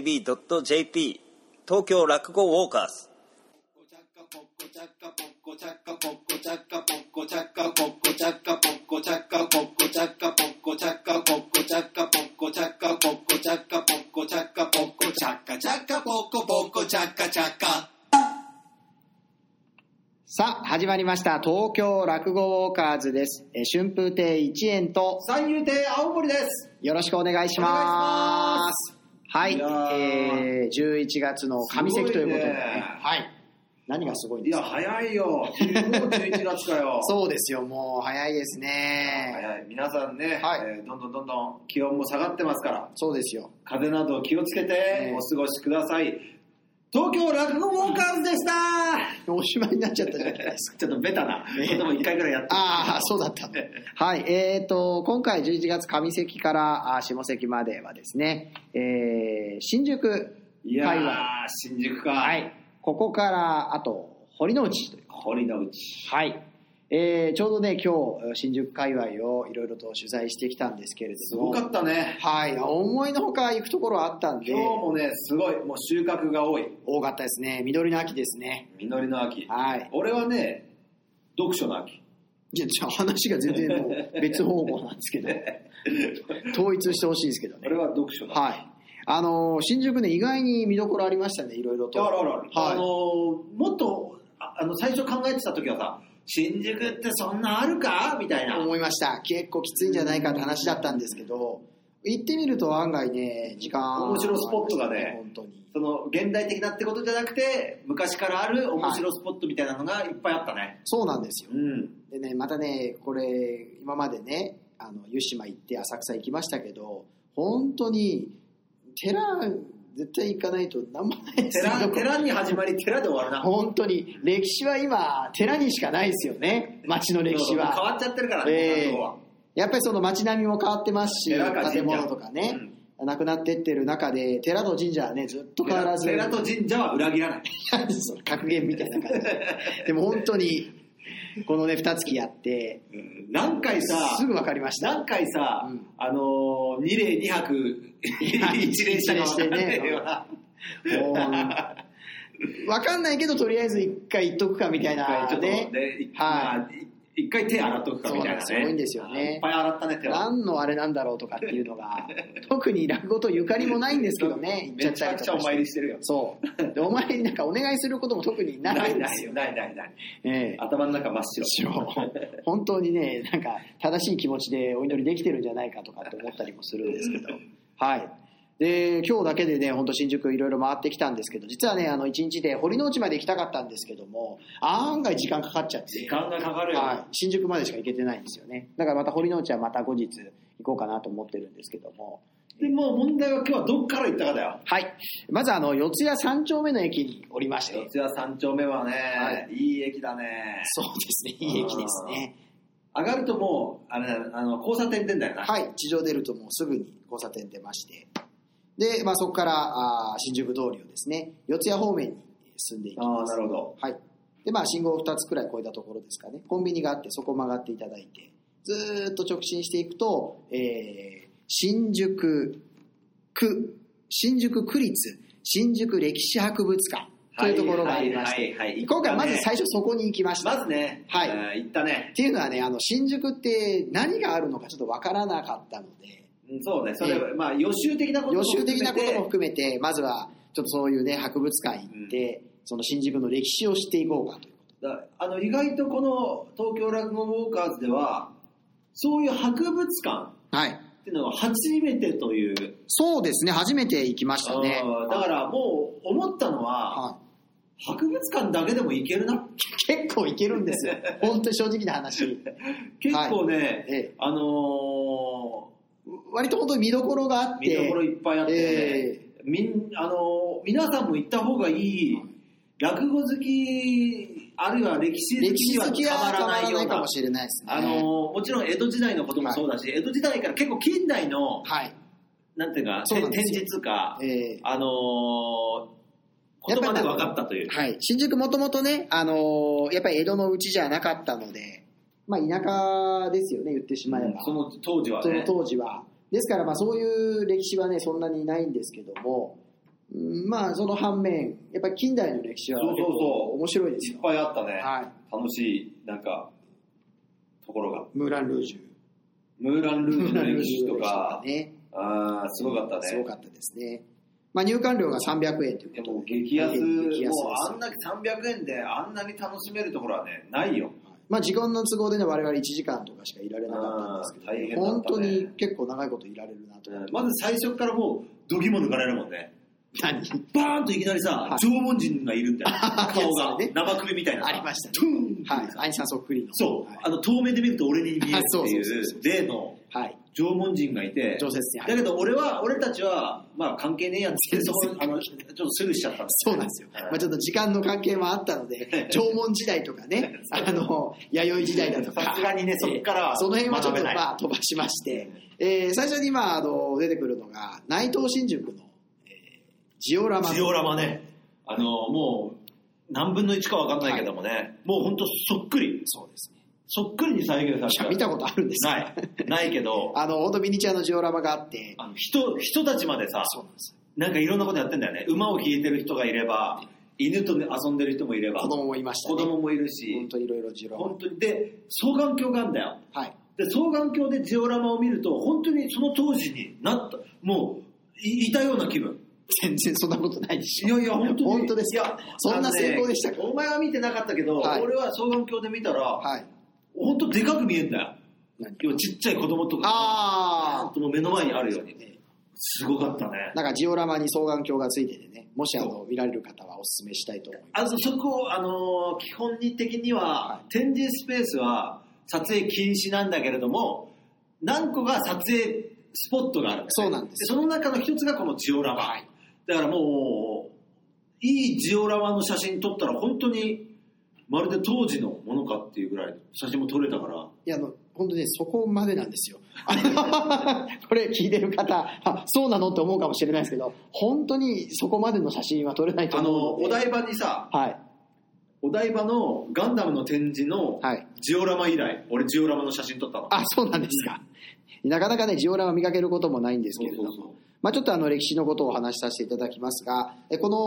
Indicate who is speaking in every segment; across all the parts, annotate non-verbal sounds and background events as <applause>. Speaker 1: jbjb.jp 東京落語ウォーカーズ
Speaker 2: Pocochaca, pocochaca, pocochaca, pocochaca, pocochaca, pocochaca, pocochaca, pocochaca, pocochaca, pocochaca, pocochaca, pocochaca, pocochaca, pocochaca, chaca, poco, poco, chaca, chaca.
Speaker 3: さあ始まりました東京落語ウォーカーズです、えー春風亭一円と
Speaker 2: 三遊亭青森です。
Speaker 3: よろしくお願いしますはい
Speaker 2: いや
Speaker 3: えー、11月の上関ということ
Speaker 2: す
Speaker 3: で、
Speaker 2: ごいね
Speaker 3: はい何がすごいん
Speaker 2: い
Speaker 3: です
Speaker 2: や、
Speaker 3: か
Speaker 2: 早いよ。もう11月かよ。
Speaker 3: そうですよもう早いですね
Speaker 2: 早い。皆さんね、
Speaker 3: はい
Speaker 2: えーどんどんどんどん気温も下がってますから、
Speaker 3: そうですよ
Speaker 2: 風邪など気をつけて
Speaker 3: え
Speaker 2: お過ごしください。東京落語ウォーカーズでした
Speaker 3: おしまいになっちゃったじゃないです
Speaker 2: <laughs>
Speaker 3: か
Speaker 2: ちょっとベタなことも一回ぐらいやって
Speaker 3: ああそうだったはいえー、と今回11月上関からあー下関まではですね、えー、新宿
Speaker 2: いや
Speaker 3: 界
Speaker 2: ー
Speaker 3: 隈、
Speaker 2: 新宿か。
Speaker 3: はい、ここからあと堀之内という
Speaker 2: 堀之内。
Speaker 3: はい、えーちょうどね今日新宿界隈をいろいろと取材してきたんですけれど
Speaker 2: すご
Speaker 3: も
Speaker 2: かったね。
Speaker 3: はい思いのほか行くところあったんで
Speaker 2: 今日もね、すごい、もう収穫が多い。
Speaker 3: 多かったですね緑の秋ですね
Speaker 2: 実りの秋。
Speaker 3: はい
Speaker 2: 俺はね、読書の <laughs> 秋。
Speaker 3: じゃじゃあ話が全然
Speaker 2: <laughs>
Speaker 3: もう別方向なんですけど統一してほしいですけどね
Speaker 2: 俺は読書の秋。
Speaker 3: はいあのー新宿ね意外に見どころありましたねいろいろと
Speaker 2: あらあらあら、あの
Speaker 3: はい
Speaker 2: ーもっとああの最初考えてた時はさ新宿ってそんなあるかみたいな
Speaker 3: 思いました結構きついんじゃないかって話だったんですけど行ってみると案外ね時間
Speaker 2: 面白スポットがね
Speaker 3: 本当に
Speaker 2: その現代的なってことじゃなくて昔からある面白スポットみたいなのがいっぱいあったね、
Speaker 3: そうなんですよ
Speaker 2: うん
Speaker 3: でねまたねこれ今までねあの湯島行って浅草行きましたけど本当に寺絶対行かないと何もないですよ
Speaker 2: 寺寺に始まり寺で終わるな
Speaker 3: 本当に歴史は今寺にしかないですよね街の歴
Speaker 2: そ
Speaker 3: 史
Speaker 2: うそう変
Speaker 3: は
Speaker 2: わっちゃってるからね、
Speaker 3: ええ
Speaker 2: あのは
Speaker 3: やっぱりその街並みも変わってますし
Speaker 2: 寺か神社
Speaker 3: 建物とかね、なくなってってる中で寺と神社はねずっと変わらず
Speaker 2: 寺と神社は裏切らない
Speaker 3: その <laughs> 格言みたいな感じで
Speaker 2: <laughs>
Speaker 3: でも本当にこのね二月やって
Speaker 2: 何回さ
Speaker 3: すぐ分かりました
Speaker 2: 何回さ、
Speaker 3: うん
Speaker 2: あのー、2例2泊1例したか分かんないよな
Speaker 3: もう、わかんないけど、とりあえず一回言っとくかみたい
Speaker 2: 一回
Speaker 3: な
Speaker 2: ちょっと
Speaker 3: ね。
Speaker 2: ね一
Speaker 3: はい
Speaker 2: まあい一回手洗っとくかみたいなね
Speaker 3: そうなんですよ多いんですよね
Speaker 2: いっぱい洗ったね手は
Speaker 3: 何のあれなんだろうとかっていうのが、特に落語とゆかりもないんですけどね、
Speaker 2: め
Speaker 3: 言っ
Speaker 2: ち
Speaker 3: ちゃ
Speaker 2: ゃ
Speaker 3: っ
Speaker 2: く
Speaker 3: たり
Speaker 2: ちゃ
Speaker 3: とか
Speaker 2: お
Speaker 3: して
Speaker 2: 参りしてるよ
Speaker 3: そう。で、お前になんかお願いすることも特にな
Speaker 2: ないい
Speaker 3: んで
Speaker 2: な
Speaker 3: す
Speaker 2: い
Speaker 3: よ。
Speaker 2: ないないない
Speaker 3: ええ
Speaker 2: 頭の中真っ白
Speaker 3: 本当にね、なんか正しい気持ちでお祈りできてるんじゃないかとかって思ったりもするんですけど、はい。で、今日だけでね、本当新宿いろいろ回ってきたんですけど、実はね、あの、一日で堀之内まで行きたかったんですけども、案外時間かかっちゃって。
Speaker 2: <laughs> 時間がかかるよ、
Speaker 3: はい、新宿までしか行けてないんですよねだからまた堀之内はまた後日行こうかなと思ってるんですけども
Speaker 2: でもう問題は今日はどっから行ったかだよ
Speaker 3: はいまずあの四谷三丁目の駅におりまして
Speaker 2: 四谷三丁目はね、、
Speaker 3: はい
Speaker 2: い駅だね
Speaker 3: そうですねいい駅ですね
Speaker 2: 上がるともうあれだあの交差点出んだよな、
Speaker 3: はい地上出るともうすぐに交差点出ましてで、まあ、そこからあー新宿通りをですね四谷方面に進んでいき
Speaker 2: ああ
Speaker 3: ま
Speaker 2: な
Speaker 3: す
Speaker 2: るほど
Speaker 3: はいでまあ、信号を2つくらい越えたところですかねコンビニがあってそこを曲がっていただいてずーっと直進していくと、えー新宿区新宿区立新宿歴史博物館というところがありまして、
Speaker 2: はいはいはいはい
Speaker 3: 今回まず
Speaker 2: 行った
Speaker 3: 最初そこに行きました、
Speaker 2: まずね、
Speaker 3: はい
Speaker 2: えー行ったね
Speaker 3: っ、ていうのはねあの新宿って何があるのかちょっとわからなかったので
Speaker 2: うんそうねそれ、
Speaker 3: ええ
Speaker 2: まあ予習的なこと
Speaker 3: 予
Speaker 2: も含め
Speaker 3: 習
Speaker 2: て
Speaker 3: 的なことも含めてまずはちょっとそういうね博物館行って、その新宿の歴史を知っていこうかという
Speaker 2: だあの意外とこの東京落語ウォーカーズではそういう博物館
Speaker 3: はい
Speaker 2: っていうのは初めてという、
Speaker 3: そうですね初めて行きましたね
Speaker 2: あーだからもう思ったのは
Speaker 3: は、
Speaker 2: 博物館だけでも行けるない
Speaker 3: 結構いけるんですよ本当に正直な話、
Speaker 2: 結構ね、
Speaker 3: ええ
Speaker 2: あのー
Speaker 3: 割と本当に見どころがあって
Speaker 2: 見どころいっぱいあってね、
Speaker 3: え
Speaker 2: みんあのー皆さんも行った方がいい、落語好きあるいは歴史好
Speaker 3: 歴
Speaker 2: きに
Speaker 3: 史
Speaker 2: は
Speaker 3: 好きは
Speaker 2: たまら
Speaker 3: 変わ
Speaker 2: な
Speaker 3: ら
Speaker 2: いよ
Speaker 3: な
Speaker 2: う
Speaker 3: いか
Speaker 2: な
Speaker 3: もしれないですね
Speaker 2: あのーもちろん江戸時代のこともそうだし、江戸時代から結構近代の
Speaker 3: はい
Speaker 2: なんていうか
Speaker 3: そうなん
Speaker 2: 展
Speaker 3: ですよ
Speaker 2: 示つうか、
Speaker 3: え
Speaker 2: あのー、言
Speaker 3: やっぱ
Speaker 2: 葉で分かったという
Speaker 3: ーはい、新宿もともとね、あのーやっぱり江戸のうちじゃなかったので、まあ、田舎ですよね言ってしまえば、
Speaker 2: その当時は
Speaker 3: その
Speaker 2: ね
Speaker 3: 当時はですからまあそういう歴史はねそんなにないんですけども、うんまあその反面やっぱり近代の歴史は
Speaker 2: そうそう
Speaker 3: 結
Speaker 2: そう
Speaker 3: 構面白いです
Speaker 2: いっ
Speaker 3: よ。
Speaker 2: ぱいあったね、
Speaker 3: はい。
Speaker 2: 楽しいなんかところが
Speaker 3: ムーランルージュ。
Speaker 2: ムーラン・ルージュの歴史とか
Speaker 3: ムーランルージュの歴史とね。
Speaker 2: あーすごかったね
Speaker 3: すごかったですね。まあ入館料が300円という
Speaker 2: で
Speaker 3: こと
Speaker 2: も激安
Speaker 3: 激安です
Speaker 2: もうあんなに300円であんなに楽しめるところはねないよ
Speaker 3: まあ時間の都合でね我々1時間とかしかいられなかったんですけど、
Speaker 2: あー大変だったね
Speaker 3: 本当に結構長いこといられるなと思って。
Speaker 2: まず最初からもう度肝抜かれるもんね <laughs>
Speaker 3: 何
Speaker 2: バーンといきなりさ
Speaker 3: はい
Speaker 2: 縄文人がいるみたい
Speaker 3: <laughs>
Speaker 2: な顔が
Speaker 3: ね
Speaker 2: 生首みたいなさ
Speaker 3: ありましたね
Speaker 2: トゥーン
Speaker 3: はい。アイサンソックリの。
Speaker 2: そう、
Speaker 3: はい
Speaker 2: あの遠目で見ると俺に見える
Speaker 3: あ
Speaker 2: って
Speaker 3: そうそうそう
Speaker 2: い
Speaker 3: そう
Speaker 2: う例の
Speaker 3: はい。
Speaker 2: 縄文人がいて
Speaker 3: 常設に
Speaker 2: だけど俺は俺たちはまあ関係ねえやんってそこあのちょっとスルーしちゃったんです
Speaker 3: そうなんですよ。まあちょっと時間の関係もあった
Speaker 2: <laughs>
Speaker 3: ので、縄文時代とかね、あの、弥生時代だとか。
Speaker 2: さすがにねそっからは
Speaker 3: その辺はちょっ
Speaker 2: 学
Speaker 3: と
Speaker 2: べない
Speaker 3: まあ飛ばしまして、えー最初にまああの出てくるのが、内藤新宿の、えージオラマ。
Speaker 2: ジオラマねあのもう何分の1か分かんないけどもね、もうほんとそっくり
Speaker 3: そうですね。
Speaker 2: そっくりに再現さ
Speaker 3: い
Speaker 2: れ
Speaker 3: や見
Speaker 2: て
Speaker 3: たことあるんですか
Speaker 2: ないないけど
Speaker 3: あの、本当ミニチュアのジオラマが <laughs> あって、
Speaker 2: あの人人たちまでさ
Speaker 3: そうなんですよ。
Speaker 2: なんかいろんなことやってんだよね馬を引いてる人がいれば犬と遊んでる人もいれば
Speaker 3: 子供もいましたね。
Speaker 2: 子供もいる
Speaker 3: 本
Speaker 2: し
Speaker 3: 当いろいろジオラマ。
Speaker 2: 本当にで双眼鏡があるんだよ
Speaker 3: はい。
Speaker 2: で双眼鏡でジオラマを見ると本当にその当時になったもういいたような気分
Speaker 3: 全然そんなことないでしょ。
Speaker 2: いやいや本当に
Speaker 3: 本当ですよ。そんな成功でした
Speaker 2: あ
Speaker 3: か
Speaker 2: のねお前は見てなかったけど、
Speaker 3: はい
Speaker 2: 俺は双眼鏡で見たら、
Speaker 3: はい。
Speaker 2: 本当でかく見えんだよ
Speaker 3: 何
Speaker 2: 要はちっちゃい子供とか
Speaker 3: あ
Speaker 2: もう目の前にあるように
Speaker 3: ね
Speaker 2: すごかったね
Speaker 3: <laughs> なんかジオラマに双眼鏡がついててね、もしあの見られる方はお勧めしたいと思いま
Speaker 2: あのそこ、あのー基本的には、
Speaker 3: は
Speaker 2: 展示スペースは撮影禁止なんだけれども何個か撮影スポットがあるだよね
Speaker 3: <laughs> そうなんです
Speaker 2: その中の一つがこのジオラマ、
Speaker 3: はい
Speaker 2: だからもういいジオラマの写真撮ったら本当にまるで当時のものかっていうぐらい写真も撮れたから
Speaker 3: す。いや、あの、本当にねそこまでなんですよ。 <laughs> あのこれ聞いてる方、あそうなのって思うかもしれないですけど、本当にそこまでの写真は撮れないと
Speaker 2: あの
Speaker 3: 思う
Speaker 2: お
Speaker 3: の
Speaker 2: 台
Speaker 3: で。
Speaker 2: 場にさ
Speaker 3: はい。
Speaker 2: お台場のガンダムの展示の
Speaker 3: はい。
Speaker 2: ジオラマ以来俺ジオラマの写真撮ったの
Speaker 3: あ、そうなんですか。なかなかね、ジオラマ見かけることもないんですけれども。まあ、ちょっとあの歴史のことをお話しさせていただきますが、えこの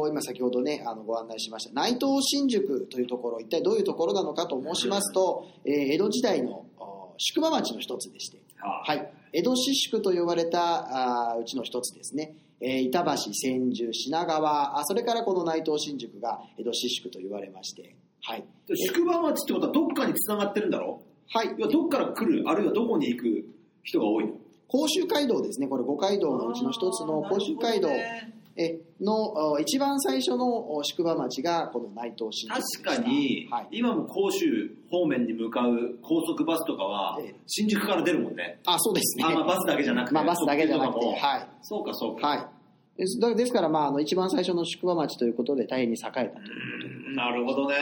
Speaker 3: お今先ほどねあのご案内しました内藤新宿というところ、一体どういうところなのかと申しますと、えー江戸時代のお宿場町の一つでして、
Speaker 2: は、
Speaker 3: はいい、江戸市宿と呼ばれたあーうちの一つですね、えー板橋、千住、品川あ、それからこの内藤新宿が江戸市宿と言われまして、はい、
Speaker 2: で宿場町ってことはどっかに繋がってるんだろ
Speaker 3: はい、
Speaker 2: 要はどっから来るあるいはどこに行く人が多いの
Speaker 3: 甲州街道ですね、これ五街道のうちの一つの甲州街道。
Speaker 2: なるほどね
Speaker 3: えのお一番最初のお宿場町がこの内藤新宿でした
Speaker 2: 確かに、
Speaker 3: はい、
Speaker 2: 今も甲州方面に向かう高速バスとかは
Speaker 3: ええ
Speaker 2: 新宿から出るもんね、
Speaker 3: あそうですね
Speaker 2: あまあバスだけじゃなくて
Speaker 3: まあ、バスだけじゃなくて
Speaker 2: 特急とかも
Speaker 3: は
Speaker 2: そうかそう
Speaker 3: い、
Speaker 2: か、
Speaker 3: はい、ですだですから、まあ、あの一番最初の宿場町ということで大変に栄えたと
Speaker 2: うんなるほどね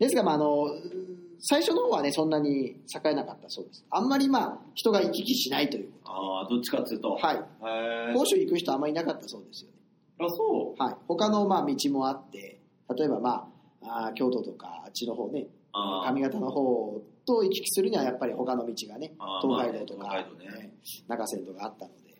Speaker 3: ですが、まあ、あのうん最初の方はねそんなに栄えなかったそうですあんまり、まあ、人が行き来しないという
Speaker 2: ああどっちかっつうと
Speaker 3: はい
Speaker 2: へえ
Speaker 3: 甲州行く人あんまりいなかったそうですよね
Speaker 2: あそう
Speaker 3: はい他のまあ道もあって例えばまああー京都とかあっちの方ね
Speaker 2: あー
Speaker 3: 上方の方と行き来するにはやっぱり他の道がね
Speaker 2: あー
Speaker 3: 東海道と
Speaker 2: まあ
Speaker 3: か
Speaker 2: 東海道ね
Speaker 3: ね中山道があったので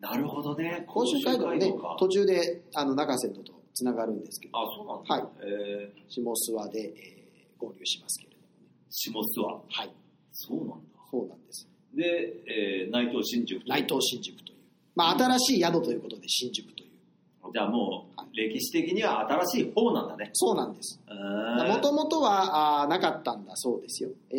Speaker 2: なるほどね
Speaker 3: 甲州街道はね
Speaker 2: 甲州か
Speaker 3: 途中であの中山道とつながるんですけど
Speaker 2: あそうなんだ、
Speaker 3: はい
Speaker 2: えー
Speaker 3: 下諏訪で、えー合流しますけれども
Speaker 2: 下諏訪
Speaker 3: はい
Speaker 2: そうなんだ
Speaker 3: そうなんです
Speaker 2: で、えー内藤新宿と
Speaker 3: 内藤新宿という、まあ、新しい宿ということで新宿という
Speaker 2: じゃあもう歴史的には新しい方なんだね
Speaker 3: そうなんですも
Speaker 2: 元
Speaker 3: ともとはあーなかったんだそうですよ、え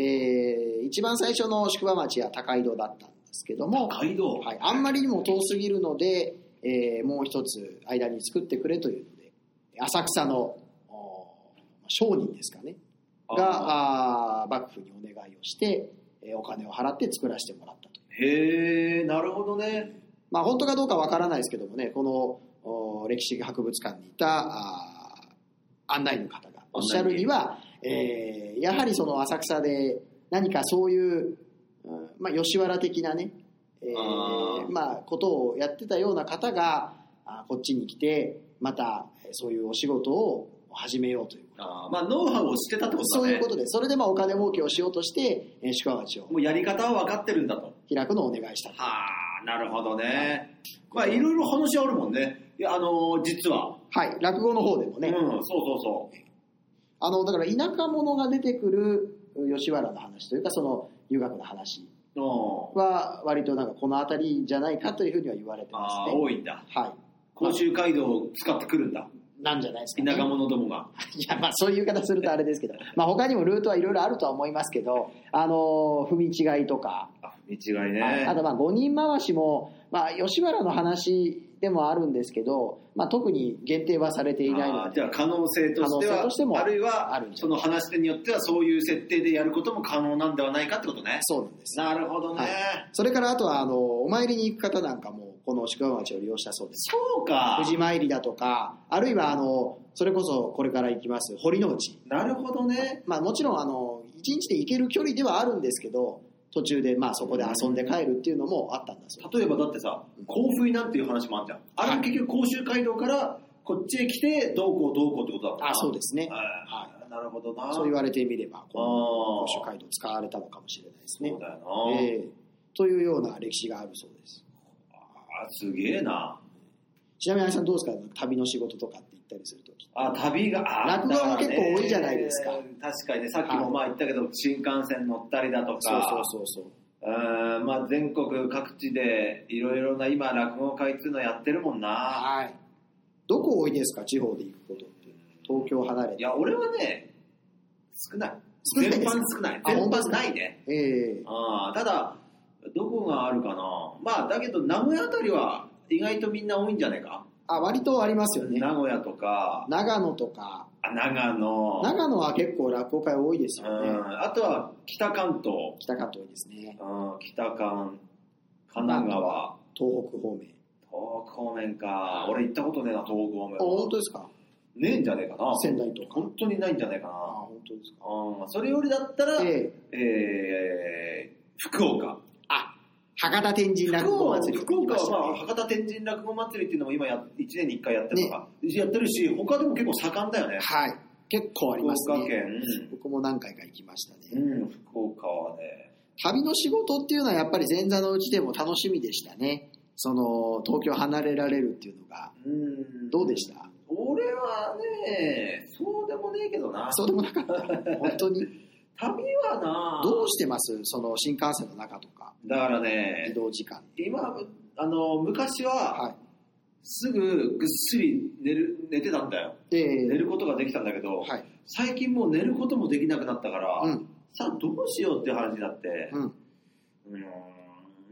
Speaker 3: ー一番最初の宿場町は高井戸だったんですけども
Speaker 2: 街道、
Speaker 3: はい、あんまりにも遠すぎるので、えーもう一つ間に作ってくれというので浅草のお商人ですかね
Speaker 2: あ
Speaker 3: があー幕府にお願いをして、えーお金を払って作らせてもらったという、
Speaker 2: へえなるほどね
Speaker 3: まあ、本当かどうかわからないですけどもねこのお歴史博物館にいたあー案内の方がおっしゃるには、えーやはりその浅草で何かそういう、うんまあ、吉原的なね、えー
Speaker 2: あー
Speaker 3: まあ、ことをやってたような方があーこっちに来てまたえーそういうお仕事を始めようという
Speaker 2: あーまあノウハウを知ってたってこと
Speaker 3: そう
Speaker 2: だね
Speaker 3: いうことでそれでまあお金儲けをしようとしてえー宿場町を
Speaker 2: もうやり方は分かってるんだと
Speaker 3: 開くのをお願いしたと
Speaker 2: はあ、なるほどね。まあ、いろいろ話あるもんね。いや、あのー実は。
Speaker 3: はい、落語の方でもね、
Speaker 2: うん、そうそうそう。
Speaker 3: あのだから田舎者が出てくる吉原の話というかその遊学の話
Speaker 2: うん
Speaker 3: は割となんかこの辺りじゃないかというふうには言われてま
Speaker 2: あー
Speaker 3: すね
Speaker 2: 多いんだ。
Speaker 3: はい
Speaker 2: 甲州街道を使ってくるんだ。
Speaker 3: なんじゃないですか、ね、
Speaker 2: 田舎者どもが。
Speaker 3: <laughs> いやまあそういう言い方するとあれですけど、まあ、他にもルートはいろいろあるとは思いますけどあの踏み違いとか、
Speaker 2: あ、見違いね。
Speaker 3: はいあとまあ5人回しも、まあ、吉原の話でもあるんですけど、まあ、特に限定はされていない
Speaker 2: あ
Speaker 3: の
Speaker 2: ー
Speaker 3: で
Speaker 2: じゃあ可能性として
Speaker 3: 可能性
Speaker 2: は
Speaker 3: としても
Speaker 2: あるい
Speaker 3: あ
Speaker 2: は
Speaker 3: るんじ
Speaker 2: そ
Speaker 3: ゃな
Speaker 2: の話し手によってはそういう設定でやることも可能なんではないかってことね
Speaker 3: そうなんです
Speaker 2: なるほどね、
Speaker 3: はいそれからあとはあのお参りに行く方なんかもこの宿場町を利用したそうです
Speaker 2: そうか
Speaker 3: 藤参りだとかあるいはあのそれこそこれから行きます堀之内、
Speaker 2: なるほどね
Speaker 3: まあ、もちろんあの1日で行ける距離ではあるんですけど途中でまあそこで遊んで帰るっていうのもあったんだそうです
Speaker 2: 例えばだってさ甲府になんていう話もあったじゃんあれも結局甲州街道からこっちへ来てどうこうどうこうってことだもんな
Speaker 3: あそうですね
Speaker 2: はいなるほどな
Speaker 3: そう言われてみればこの
Speaker 2: あ
Speaker 3: 甲
Speaker 2: ー
Speaker 3: 州街道使われたのかもしれないですね
Speaker 2: そうだよな、
Speaker 3: ええというような歴史があるそうです
Speaker 2: あすげえな
Speaker 3: ちなみに林さんどうですか旅の仕事とかって言ったりするとき
Speaker 2: あ旅があ
Speaker 3: 落語は結構
Speaker 2: だらね
Speaker 3: 多いじゃないですか
Speaker 2: 確かにねさっきもまあ言ったけど、新幹線乗ったりだとか
Speaker 3: そうそうそうそう
Speaker 2: うーんまあ、全国各地でいろいろな今落語会っていうのやってるもんな
Speaker 3: はいどこ多いですか地方で行くことって東京離れ
Speaker 2: い
Speaker 3: て
Speaker 2: や俺はね少ない
Speaker 3: 少ない
Speaker 2: 全
Speaker 3: です
Speaker 2: 般少ない
Speaker 3: あ
Speaker 2: 全
Speaker 3: 本当です
Speaker 2: 般
Speaker 3: か
Speaker 2: ないね
Speaker 3: ええ
Speaker 2: あーただどこがあるかなまあだけど名古屋あたりは意外とみんな多いんじゃないか、
Speaker 3: あ割とありますよね
Speaker 2: 名古屋とか
Speaker 3: 長野とか
Speaker 2: あ長野
Speaker 3: 長野は結構落語会多いですよね、
Speaker 2: うんあとは北関東
Speaker 3: 北関東ですね
Speaker 2: うん北関神奈川
Speaker 3: 東北方面
Speaker 2: 東方面か俺行ったことねえな東方面
Speaker 3: あ本当ですか
Speaker 2: ねえんじゃねえかな
Speaker 3: 仙台とか
Speaker 2: 本当にないんじゃないか
Speaker 3: あ
Speaker 2: な。
Speaker 3: 本当ですか
Speaker 2: あーそれよりだったら、え
Speaker 3: ええ
Speaker 2: ー福岡。
Speaker 3: あ博多天神落
Speaker 2: 福
Speaker 3: 語
Speaker 2: 岡
Speaker 3: 祭り
Speaker 2: 福岡は、まあ、
Speaker 3: ね
Speaker 2: 博多天神落語祭りっていうのも今や、1年に1回やってるとか、やってるし、他でも結構盛んだよね。
Speaker 3: はい結構あり
Speaker 2: 福
Speaker 3: ますね
Speaker 2: 岡県、
Speaker 3: 僕も何回か行きましたね、
Speaker 2: うん、福岡はね、
Speaker 3: 旅の仕事っていうのはやっぱり前座のうちでも楽しみでしたねその東京離れられるっていうのが
Speaker 2: うん、
Speaker 3: どうでした
Speaker 2: 俺はね、そうでもねえけどな。
Speaker 3: そうでもなか
Speaker 2: <laughs>
Speaker 3: った本当に
Speaker 2: 旅はな、
Speaker 3: どうしてますその新幹線の中とか
Speaker 2: だから
Speaker 3: 移
Speaker 2: ね、
Speaker 3: 動時間
Speaker 2: 今、あの、昔は、
Speaker 3: は
Speaker 2: すぐぐっすり寝る、寝てたんだよ。
Speaker 3: いで
Speaker 2: 寝ることができたんだけど、
Speaker 3: はい
Speaker 2: 最近もう寝ることもできなくなったから、
Speaker 3: うん
Speaker 2: さあどうしようっていう話になって、
Speaker 3: うん
Speaker 2: うーん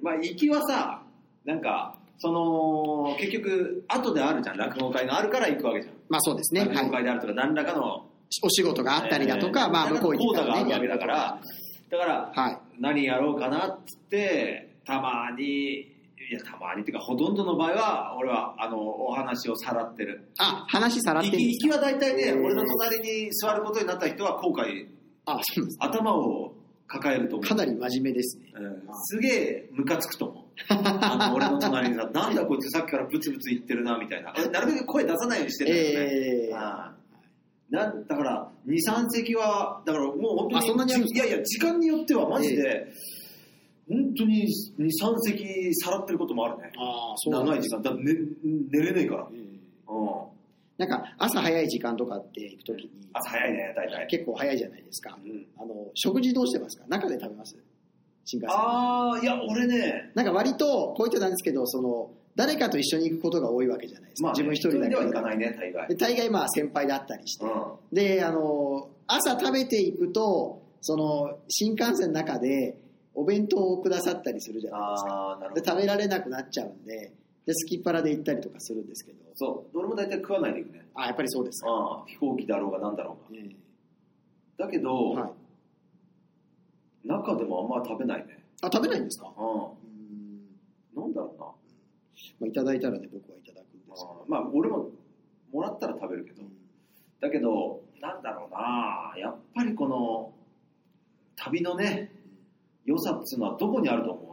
Speaker 2: まあ行きはさなんかその結局後であるじゃん落語会があるから行くわけじゃん、
Speaker 3: まあそうですねは
Speaker 2: 落
Speaker 3: い
Speaker 2: 語会であるとか何らかの、
Speaker 3: お仕事があったりだと
Speaker 2: え
Speaker 3: か、
Speaker 2: ー
Speaker 3: まあ、向こう行
Speaker 2: 講
Speaker 3: った
Speaker 2: 座があ
Speaker 3: ら
Speaker 2: る
Speaker 3: ね、
Speaker 2: わけだからだから
Speaker 3: はい。
Speaker 2: 何やろうかなっつってたまにいやたまにっていうかほとんどの場合は俺はあのお話をさらってる
Speaker 3: あ、話さらって
Speaker 2: 行
Speaker 3: るん
Speaker 2: き
Speaker 3: で
Speaker 2: 行
Speaker 3: す
Speaker 2: き
Speaker 3: か
Speaker 2: は大体ね
Speaker 3: うん
Speaker 2: 俺の隣に座ることになった人は後悔
Speaker 3: あ、そうです。
Speaker 2: 頭を抱えると思う
Speaker 3: <laughs> かなり真面目ですね。
Speaker 2: うんすげえムカつくと思うあの俺の隣に
Speaker 3: <laughs>
Speaker 2: さなんだこいつさっきからブツブツ言ってるなみたいな俺なるべく声出さないようにしてるんだよね、
Speaker 3: ええ
Speaker 2: ああなんだから23席はだからもう本当に
Speaker 3: あそんなにあるんで
Speaker 2: いやいや時間によってはマジで、本当に23席さらってることもあるね
Speaker 3: ああ、そうなん
Speaker 2: 長い
Speaker 3: です
Speaker 2: 時間だって寝寝れねえから、うん、
Speaker 3: うんなんか、朝早い時間とかって行くときに、
Speaker 2: 朝早いね大体、
Speaker 3: 結構早いじゃないですか。
Speaker 2: うん、
Speaker 3: あの、食事どうしてますか中で食べます新幹線。
Speaker 2: ああいや俺ね
Speaker 3: なんか割と、こういったなんですけど、その、誰かと一緒に行くことが多いわけじゃないですか。
Speaker 2: まあ
Speaker 3: 自分一人だ
Speaker 2: で
Speaker 3: け
Speaker 2: は行か
Speaker 3: ど。
Speaker 2: ないね大概
Speaker 3: で大概まあ先輩だったりして
Speaker 2: うん。
Speaker 3: で、あの、朝食べていくと、その、新幹線の中で、お弁当をくださったりするじゃないですか。
Speaker 2: ああなるほ
Speaker 3: で
Speaker 2: ど
Speaker 3: 食べられなくなっちゃうんでで好きっ腹で行ったりとかするんですけど
Speaker 2: そう俺も大体食わないでいくね
Speaker 3: あやっぱりそうですか、
Speaker 2: ああ飛行機だろうがなんだろう
Speaker 3: ええ
Speaker 2: がだけど、
Speaker 3: はい、
Speaker 2: 中でもあんま食べないね
Speaker 3: あ食べないんですか
Speaker 2: う
Speaker 3: うーん、
Speaker 2: んなんだろうな
Speaker 3: まあ、いただいたらね僕はいただくんですけ
Speaker 2: ああまあ俺ももらったら食べるけど
Speaker 3: ど、
Speaker 2: だけどなんだろうなやっぱりこの旅のね良さっつうのはどこにあると思う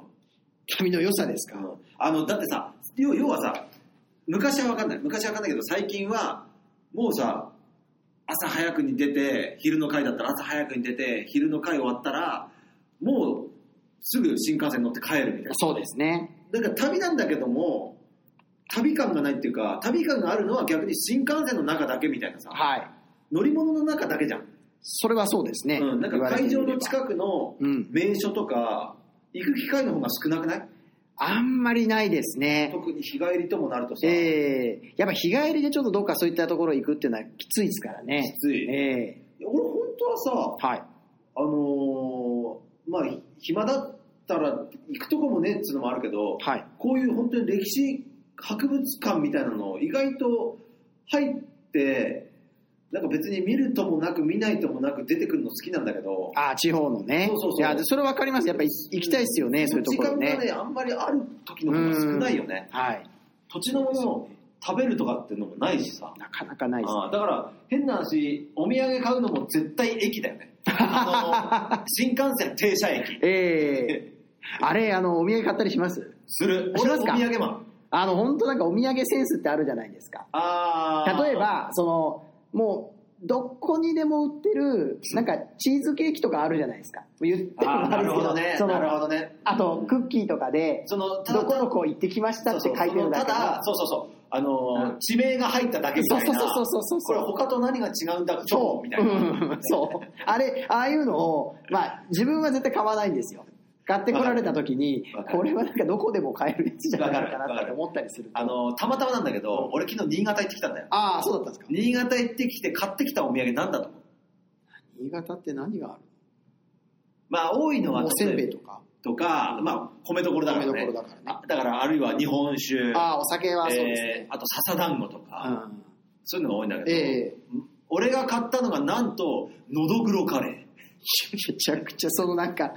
Speaker 3: 髪の良さですか、
Speaker 2: あのだってさ要要はさ昔は分かんない昔は分かんないけど最近はもうさ朝早くに出て昼の会だったら朝早くに出て昼の会終わったらもうすぐ新幹線乗って帰るみたいな
Speaker 3: そうですね
Speaker 2: なんか旅なんだけども旅感がないっていうか旅感があるのは逆に新幹線の中だけみたいなさ
Speaker 3: はい。
Speaker 2: 乗り物の中だけじゃん、
Speaker 3: それはそうですね。
Speaker 2: うん、なんか
Speaker 3: 言われて
Speaker 2: 会
Speaker 3: みれ
Speaker 2: 場
Speaker 3: ば
Speaker 2: の近くの
Speaker 3: うん。
Speaker 2: 名所とか行く機会の方が少なくない
Speaker 3: あんまりないですね。
Speaker 2: 特に日帰りともなるとさ、
Speaker 3: ええやっぱ日帰りでちょっとどっかそういったところ行くっていうのはきついですからね。
Speaker 2: きつい
Speaker 3: え
Speaker 2: 俺本当は
Speaker 3: え
Speaker 2: さ
Speaker 3: はい。
Speaker 2: あのーまあ暇だったら行くとこもねっつうのもあるけど
Speaker 3: はい。
Speaker 2: こういう本当に歴史博物館みたいなのを意外と入ってなんか別に見るともなく見ないともなく出てくるの好きなんだけど
Speaker 3: ああ、地方のね。
Speaker 2: そうそうそう
Speaker 3: いや、それわかります。やっぱり行きたいですよね、そういうところ
Speaker 2: 時間が
Speaker 3: ね。
Speaker 2: ねあんまりある時の方が少ないよね
Speaker 3: はい。
Speaker 2: 土地のものを食べるとかっていうのもないしさ
Speaker 3: なかなかないです。
Speaker 2: ああだから変な話お土産買うのも絶対駅だよね
Speaker 3: <laughs>
Speaker 2: あの新幹線停車駅
Speaker 3: ええあれ、あの、お土産買ったりします
Speaker 2: する
Speaker 3: し
Speaker 2: 俺
Speaker 3: ま
Speaker 2: は
Speaker 3: す
Speaker 2: お
Speaker 3: か
Speaker 2: 土産マン
Speaker 3: あの、本当なんかお土産センスってあるじゃないですか。
Speaker 2: あー
Speaker 3: 例えば、その、もう、どこにでも売ってる、なんか、チーズケーキとかあるじゃないですか。言っても
Speaker 2: あー
Speaker 3: な
Speaker 2: なん
Speaker 3: で
Speaker 2: る
Speaker 3: す
Speaker 2: ほ
Speaker 3: けど、
Speaker 2: どね
Speaker 3: その
Speaker 2: なるほどね
Speaker 3: あと、クッキーとかで、
Speaker 2: そのただ
Speaker 3: どこどこ行ってきましたって書いてるだけ
Speaker 2: そうそうそのただそうそうそうあのー、
Speaker 3: うん
Speaker 2: 地名が入っただけみたいな
Speaker 3: そうそうそうそうそう
Speaker 2: こ
Speaker 3: そう
Speaker 2: れ他と何が違うんだ
Speaker 3: そ
Speaker 2: 超
Speaker 3: う
Speaker 2: みたいな、
Speaker 3: うんそうあれああいうのを、まあ、自分は絶対買わないんですよ買ってこられた時に
Speaker 2: わかる
Speaker 3: これはなんかどこでも買えるやつじゃないかなって思ったりする
Speaker 2: あのーたまたまなんだけど、俺昨日新潟行ってきたんだよ
Speaker 3: ああそうだったんですか
Speaker 2: 新潟行ってきて買ってきたお土産なんだと思う
Speaker 3: 新潟って何がある
Speaker 2: まあ多いのは
Speaker 3: おせんべい
Speaker 2: 例え
Speaker 3: とか
Speaker 2: ばとか、まあ、米どころだからね
Speaker 3: 米どころだからね
Speaker 2: あだからあるいは日本酒
Speaker 3: ああお酒はそうです
Speaker 2: え
Speaker 3: ね
Speaker 2: ー、あと笹団子とか、
Speaker 3: うん
Speaker 2: そういうのが多いんだけど、
Speaker 3: ええ
Speaker 2: 俺が買ったのがなんとのどぐろカレ
Speaker 3: めちゃくちゃそのなんか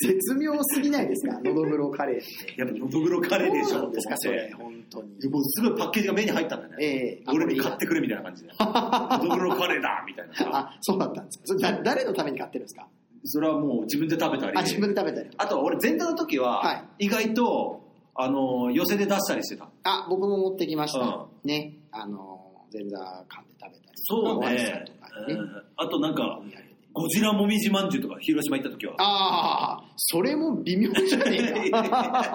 Speaker 3: 絶妙すぎないですかのどぐろカレーって
Speaker 2: ーやっぱのどぐろカレーでし
Speaker 3: そ
Speaker 2: ょ
Speaker 3: うなんですか
Speaker 2: と
Speaker 3: そ
Speaker 2: 思っ
Speaker 3: れ
Speaker 2: て
Speaker 3: 本当に
Speaker 2: もうすごいパッケージが目に入ったんだね、
Speaker 3: ええあ
Speaker 2: 俺
Speaker 3: これい
Speaker 2: に
Speaker 3: いな
Speaker 2: 買ってくれみたいな感じでのどぐろカレーだみたいなさ
Speaker 3: <laughs> あそうだったんですかそれだ誰のために買ってるんですか
Speaker 2: それはもう自分で食べたり
Speaker 3: あ自分で食べたりとか
Speaker 2: あと俺前座の時
Speaker 3: は
Speaker 2: は意外と、あの寄せで出したりしてた
Speaker 3: あ僕も持ってきました、
Speaker 2: うん
Speaker 3: ねあの前座缶で食べたり
Speaker 2: そう
Speaker 3: お
Speaker 2: ね
Speaker 3: はぎさんとかね、
Speaker 2: うんあとなんか
Speaker 3: お土産で
Speaker 2: ゴジラもみじまんじゅうとか広島行った時は
Speaker 3: ああそれも微妙じゃねえ <laughs> か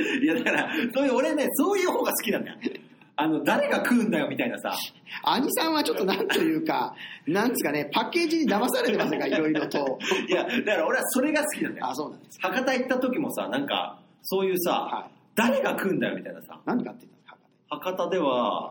Speaker 2: <laughs> いやだからそういう俺ねそういう方が好きなんだよあの誰が食うんだよみたいなさ
Speaker 3: 兄さんはちょっとなんというかなんですかねパッケージに騙されてませんかいろいろと
Speaker 2: いやだから俺はそれが好きなんだよ
Speaker 3: あそうなんです
Speaker 2: 博多行った時もさなんかそういうさ、
Speaker 3: はい
Speaker 2: 誰が食うんだよみたいなさ
Speaker 3: 何買ってたんですか
Speaker 2: 博多では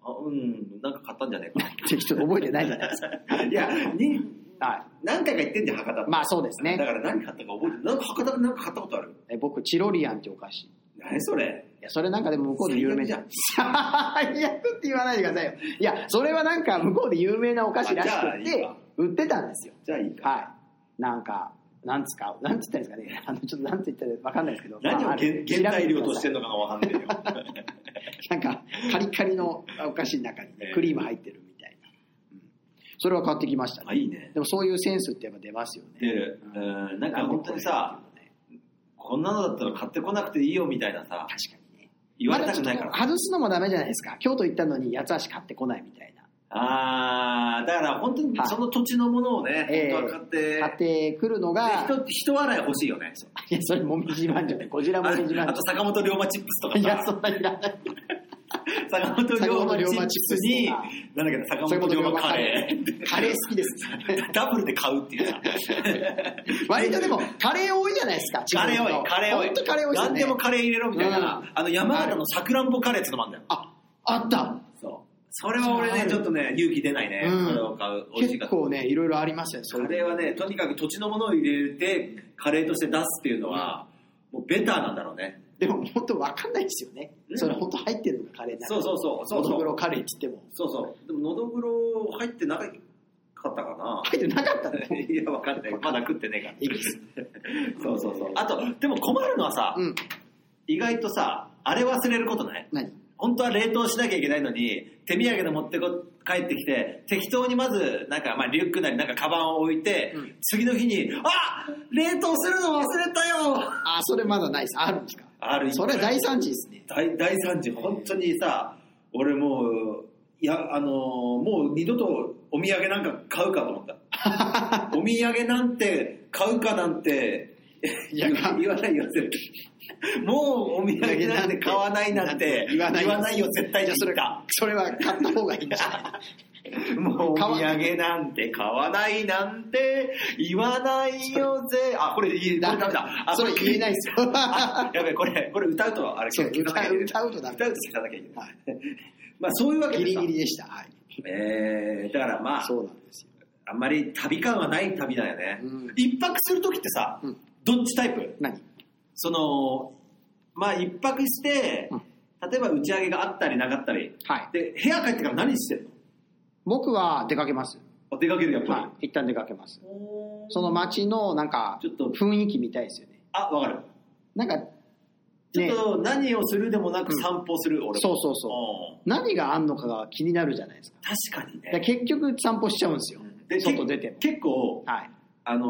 Speaker 2: あうんなんか買ったんじゃねえか
Speaker 3: 適当に覚えてないじゃないですか
Speaker 2: <laughs> いやに
Speaker 3: は
Speaker 2: 何回か行ってんじゃん博多って
Speaker 3: いまあそうです
Speaker 2: だ
Speaker 3: ね
Speaker 2: から何買ったか覚えてなんか博多で何か買ったことある
Speaker 3: え僕チロリアンってお菓子
Speaker 2: 何それ
Speaker 3: いや、それなんかでも向こうで有名じゃん。 <laughs> 最悪って言わないでくださいよ。いや、それはなんか向こうで有名なお菓子らし
Speaker 2: あ
Speaker 3: く
Speaker 2: じゃあいい
Speaker 3: て
Speaker 2: か、
Speaker 3: 売ってたんですよ。
Speaker 2: じゃあいいか
Speaker 3: はい。なんか、なんつうか、なんつったらいいんですかね。あの、ちょっとなんて言ったらわかんないですけど。
Speaker 2: 何
Speaker 3: まあ
Speaker 2: を
Speaker 3: あれ
Speaker 2: 原原材料としてんのかがわかんないよ
Speaker 3: なんか、カリカリのお菓子の中にねクリーム入ってるみたいな。うんそれは買ってきました
Speaker 2: あ
Speaker 3: ね。
Speaker 2: いいね
Speaker 3: でもそういうセンスってやっぱ出ますよ
Speaker 2: 出
Speaker 3: ね。
Speaker 2: る
Speaker 3: う
Speaker 2: うんなんか本当にさこんなのだったら買ってこなくていいよみたいなさ
Speaker 3: 確かにね。
Speaker 2: 言われたくないから
Speaker 3: まだちょっと外すのもダメじゃないですか。京都行ったのに八つ橋買ってこないみたいな。
Speaker 2: あーだから本当にその土地のものをね、
Speaker 3: はい
Speaker 2: 本当は買って、
Speaker 3: 買ってくるのが、
Speaker 2: でひと一笑い欲しいよね
Speaker 3: いや、それもみじまんじゅうで、こちら
Speaker 2: あ
Speaker 3: もみじまん
Speaker 2: あ
Speaker 3: じ
Speaker 2: と坂本龍馬チップスと
Speaker 3: ゅう。い
Speaker 2: か
Speaker 3: や、
Speaker 2: さ
Speaker 3: そんなにいらない。
Speaker 2: 坂本龍馬チップスに
Speaker 3: 坂本
Speaker 2: なんだけど坂本龍馬カレー
Speaker 3: カレー好きです。
Speaker 2: <laughs> ダブルで買うっていう
Speaker 3: <laughs>
Speaker 2: さ
Speaker 3: 割とでも、カレー多いじゃないですか。
Speaker 2: カレー多
Speaker 3: 多
Speaker 2: いカレー多い
Speaker 3: 本当カレー多いですよ
Speaker 2: 何
Speaker 3: ね。
Speaker 2: でもカレー入れろみたいな、
Speaker 3: うん
Speaker 2: あの山形のさくらんぼカレーってのもあんだよ
Speaker 3: あ、あった。
Speaker 2: そうそれは俺ねちょっとね勇気出ないね、
Speaker 3: うん
Speaker 2: それを買う美味しい
Speaker 3: 結
Speaker 2: かった
Speaker 3: 構ね、いろいろありますよね、そういう
Speaker 2: カ
Speaker 3: の
Speaker 2: レーはねとにかく土地のものを入れてカレーとして出すっていうのは、もうベターなんだろうね
Speaker 3: でも、本当わかんないですよね
Speaker 2: う。ん
Speaker 3: それ本当入ってるのがカレーな
Speaker 2: そうそうそうそう
Speaker 3: のど
Speaker 2: そ
Speaker 3: ぐ
Speaker 2: う
Speaker 3: ろカレーって言っても。
Speaker 2: そうそうでものどぐろ入ってなかったかな <laughs>
Speaker 3: 入ってなかったの
Speaker 2: いやわかんないまだ食ってねえから
Speaker 3: いいです
Speaker 2: そうそうそうあとでも困るのはさ、
Speaker 3: うん。
Speaker 2: 意外とさあれ忘れることない
Speaker 3: 何
Speaker 2: 本当は冷凍しなきゃいけないのに手土産で持ってこ帰ってきて適当にまずなんか、まあ、リュックなりなんかカバンを置いて、
Speaker 3: うん
Speaker 2: 次の日に「あ冷凍するの忘れたよ!
Speaker 3: あ、それまだないです。あるんですか」
Speaker 2: ある
Speaker 3: それは大惨事ですね。
Speaker 2: 大大惨事本当にさ俺もういやあのーもう二度とお
Speaker 3: <laughs>
Speaker 2: 土産なんか買うかと思ったお土産なんて買うかなんて
Speaker 3: いや
Speaker 2: 言わ言わないよ絶対もうお土産 <laughs> なんて買わないなんて
Speaker 3: 言わない
Speaker 2: よ絶対じゃそれか
Speaker 3: それは買った方がい
Speaker 2: <laughs>
Speaker 3: いんじゃない
Speaker 2: もうお土産なんて買わないなんて言わないよぜあこれいいこれダメだあ
Speaker 3: それ
Speaker 2: こ
Speaker 3: 言えないですよ。
Speaker 2: あやべえこれこれ歌うとあれ
Speaker 3: そう
Speaker 2: 消さなきゃいけない
Speaker 3: 歌う歌うとダメ
Speaker 2: 歌うと消さなきゃいけない
Speaker 3: はい
Speaker 2: まあそういうわけ
Speaker 3: ギ
Speaker 2: で
Speaker 3: リ
Speaker 2: さ
Speaker 3: ギリでした。はい。
Speaker 2: えーだからまあ
Speaker 3: そうなんですよ。
Speaker 2: あんまり旅感はない旅だよね、
Speaker 3: うん
Speaker 2: 一泊する時ってさ、
Speaker 3: うん
Speaker 2: どっちタイプ
Speaker 3: 何
Speaker 2: そのまあ一泊して、
Speaker 3: うん
Speaker 2: 例えば打ち上げがあったりなかったり
Speaker 3: はい。
Speaker 2: で部屋帰ってから何してんの
Speaker 3: 僕は出かけます。
Speaker 2: あ出かけるやっぱり、
Speaker 3: はい。一旦出かけます。
Speaker 2: おー
Speaker 3: その街のなんか
Speaker 2: ちょっと
Speaker 3: 雰囲気みたいですよね。
Speaker 2: あわかる
Speaker 3: なんか、
Speaker 2: ち
Speaker 3: ね
Speaker 2: ょっ、と何をするでもなく
Speaker 3: うん
Speaker 2: 散歩する、俺
Speaker 3: そううそうそう。
Speaker 2: そ
Speaker 3: 何があんのかが気になるじゃないですか。
Speaker 2: う確かに
Speaker 3: で
Speaker 2: ね
Speaker 3: 結局散歩しちゃうんですよ。
Speaker 2: で
Speaker 3: 外出ても。
Speaker 2: 結構
Speaker 3: はい。
Speaker 2: あの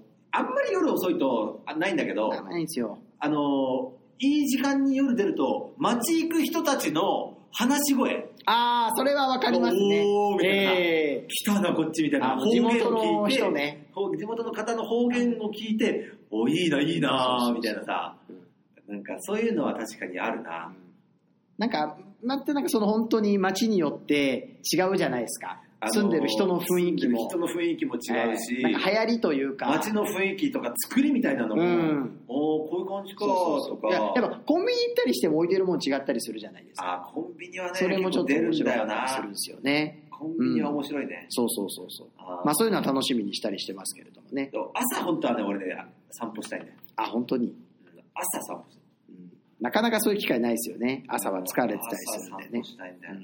Speaker 2: ーあんまり夜遅いとあないんだけど、
Speaker 3: ダメなんですよ。
Speaker 2: あのーいい時間に夜出ると街行く人たちの話し声
Speaker 3: ああ、それはわかりますね。
Speaker 2: おーみたいな
Speaker 3: ええ
Speaker 2: 来たなこっちみ <laughs> たい
Speaker 3: あ
Speaker 2: な
Speaker 3: の地元の人ね
Speaker 2: 方言を聞いてほう地元の方の方言を聞いておいいないいなみたいなさ
Speaker 3: そうそう
Speaker 2: なんかそういうのは確かにあるな
Speaker 3: なんか、まってなんかその本当に街によって違うじゃないですか。
Speaker 2: あの
Speaker 3: 住んでる人の雰
Speaker 2: 住ん
Speaker 3: 囲気も。
Speaker 2: でる人の雰囲気も違うし、
Speaker 3: ええなんか流行りというか。
Speaker 2: 街の雰囲気とか作りみたいなのも、
Speaker 3: うん
Speaker 2: おーこういう感じか
Speaker 3: そうそうそ
Speaker 2: と
Speaker 3: ういややっ
Speaker 2: か
Speaker 3: ぱコンビニ行ったりしても置いてるもん違ったりするじゃないですか。
Speaker 2: あーコンビニはね
Speaker 3: それもちょっと
Speaker 2: 結構出る
Speaker 3: 面
Speaker 2: ん
Speaker 3: 白
Speaker 2: だ
Speaker 3: か
Speaker 2: よ
Speaker 3: ったりす
Speaker 2: な
Speaker 3: るんですよね。
Speaker 2: コンビニは面白いね、
Speaker 3: そうそうそうそう。
Speaker 2: あー
Speaker 3: まあそういうのは楽しみにしたりしてますけれどもね。
Speaker 2: 朝本当はね俺ね散歩したいんだよ
Speaker 3: あ、本当に。
Speaker 2: 朝散歩したい
Speaker 3: うんなかなかそういう機会ないですよね。朝は疲れてたりするんで
Speaker 2: 朝散
Speaker 3: ね
Speaker 2: 歩。したいんだよな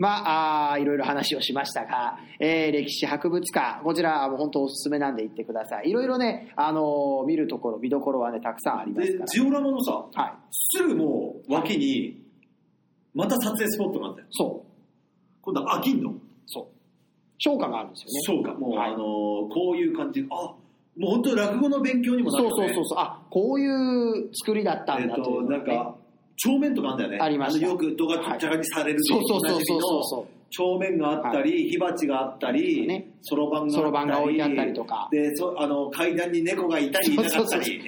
Speaker 3: まあ、あーいろいろ話をしましたが、えー歴史博物館、こちらはもう本当おすすめなんで行ってください。いろいろね、あのー見るところ、見どころはね、たくさんあります
Speaker 2: で
Speaker 3: か
Speaker 2: ジオラマのさ
Speaker 3: ら。はい。
Speaker 2: すぐもう脇にまた撮影スポットがあったよ
Speaker 3: そう。
Speaker 2: 今度は飽きんの
Speaker 3: そう。消化があるんですよね。
Speaker 2: そうかもう、
Speaker 3: はい
Speaker 2: あのーこういう感じあもう本当に落語の勉強にもなる
Speaker 3: そ
Speaker 2: よ
Speaker 3: う
Speaker 2: ね
Speaker 3: そうそうそう。あ、こういう作りだったんだ
Speaker 2: えっ
Speaker 3: という
Speaker 2: と
Speaker 3: のが
Speaker 2: なん
Speaker 3: ね
Speaker 2: か帳面とかあんだよね
Speaker 3: ありました
Speaker 2: のよく動画ちゃがにされる
Speaker 3: そうそうそうそう
Speaker 2: おなじみの
Speaker 3: そう。
Speaker 2: 帳面があったり火鉢があったり
Speaker 3: ね
Speaker 2: そろばん
Speaker 3: そろ
Speaker 2: が
Speaker 3: ば
Speaker 2: あ
Speaker 3: ん
Speaker 2: ったり
Speaker 3: が置いてあったりとか
Speaker 2: でそあの階段に猫がいたりいなかったり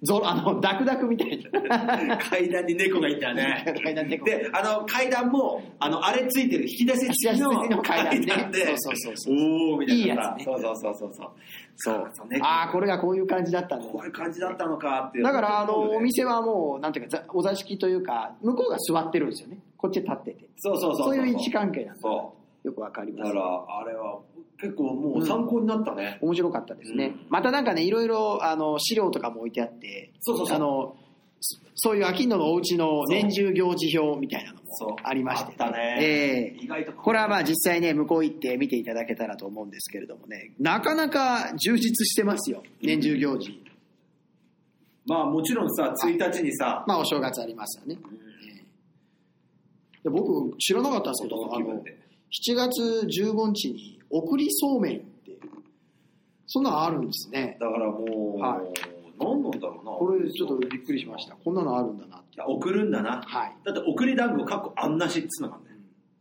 Speaker 3: ゾあの、ダクダクみたいな。 <laughs>
Speaker 2: 階段に猫がいたよね
Speaker 3: 階段猫
Speaker 2: であの階段もあのあれついてる引き出し付き
Speaker 3: 引き出し付き
Speaker 2: の
Speaker 3: の階段ね
Speaker 2: で
Speaker 3: そうそうそうそう
Speaker 2: おーみたいなさ
Speaker 3: いいやつね
Speaker 2: そうそうそうそうそう
Speaker 3: そう
Speaker 2: そうね
Speaker 3: ああ、これがこういう感じだったんだ。
Speaker 2: こういう感じだったのかっていう
Speaker 3: だから、あの、お
Speaker 2: 店
Speaker 3: 店はもう、なんていうか、ざお座敷というか、向こうが座ってるんですよね。こっち立ってて。
Speaker 2: そうそうそう
Speaker 3: そういう位置関係なんだ。
Speaker 2: そ
Speaker 3: よくわかり
Speaker 2: う
Speaker 3: ま
Speaker 2: だ
Speaker 3: す
Speaker 2: か。らあれは結構もう参考になったね、
Speaker 3: 面白かったですね。
Speaker 2: うん
Speaker 3: またなんかね、いろいろ、あの、資料とかも置いてあって、
Speaker 2: そうそうそう
Speaker 3: あの、そそういう秋野のお家の年中行事表みたいなの
Speaker 2: そう
Speaker 3: もありまして、
Speaker 2: あったね
Speaker 3: ええ
Speaker 2: 意外と
Speaker 3: これはまあ
Speaker 2: あ
Speaker 3: 実際ね、向こう行って見ていただけたらと思うんですけれどもね、なかなか充実してますよ、年中行事。
Speaker 2: まあもちろんさ1日にさ
Speaker 3: まあお正月ありますよね。
Speaker 2: うん
Speaker 3: で僕、知らなかったんですけど、あ
Speaker 2: 気
Speaker 3: の、
Speaker 2: 分
Speaker 3: 7
Speaker 2: で
Speaker 3: 月15日に、送りそうめんって、そんなのあるんですね。
Speaker 2: だからもう、
Speaker 3: はい
Speaker 2: 何なんだろうな
Speaker 3: これちょっとびっくりしました。こんなのあるんだなっ
Speaker 2: い
Speaker 3: て。
Speaker 2: や送るんだな
Speaker 3: はい。
Speaker 2: だって送り団子かっこあんなしっつうのがあんだよ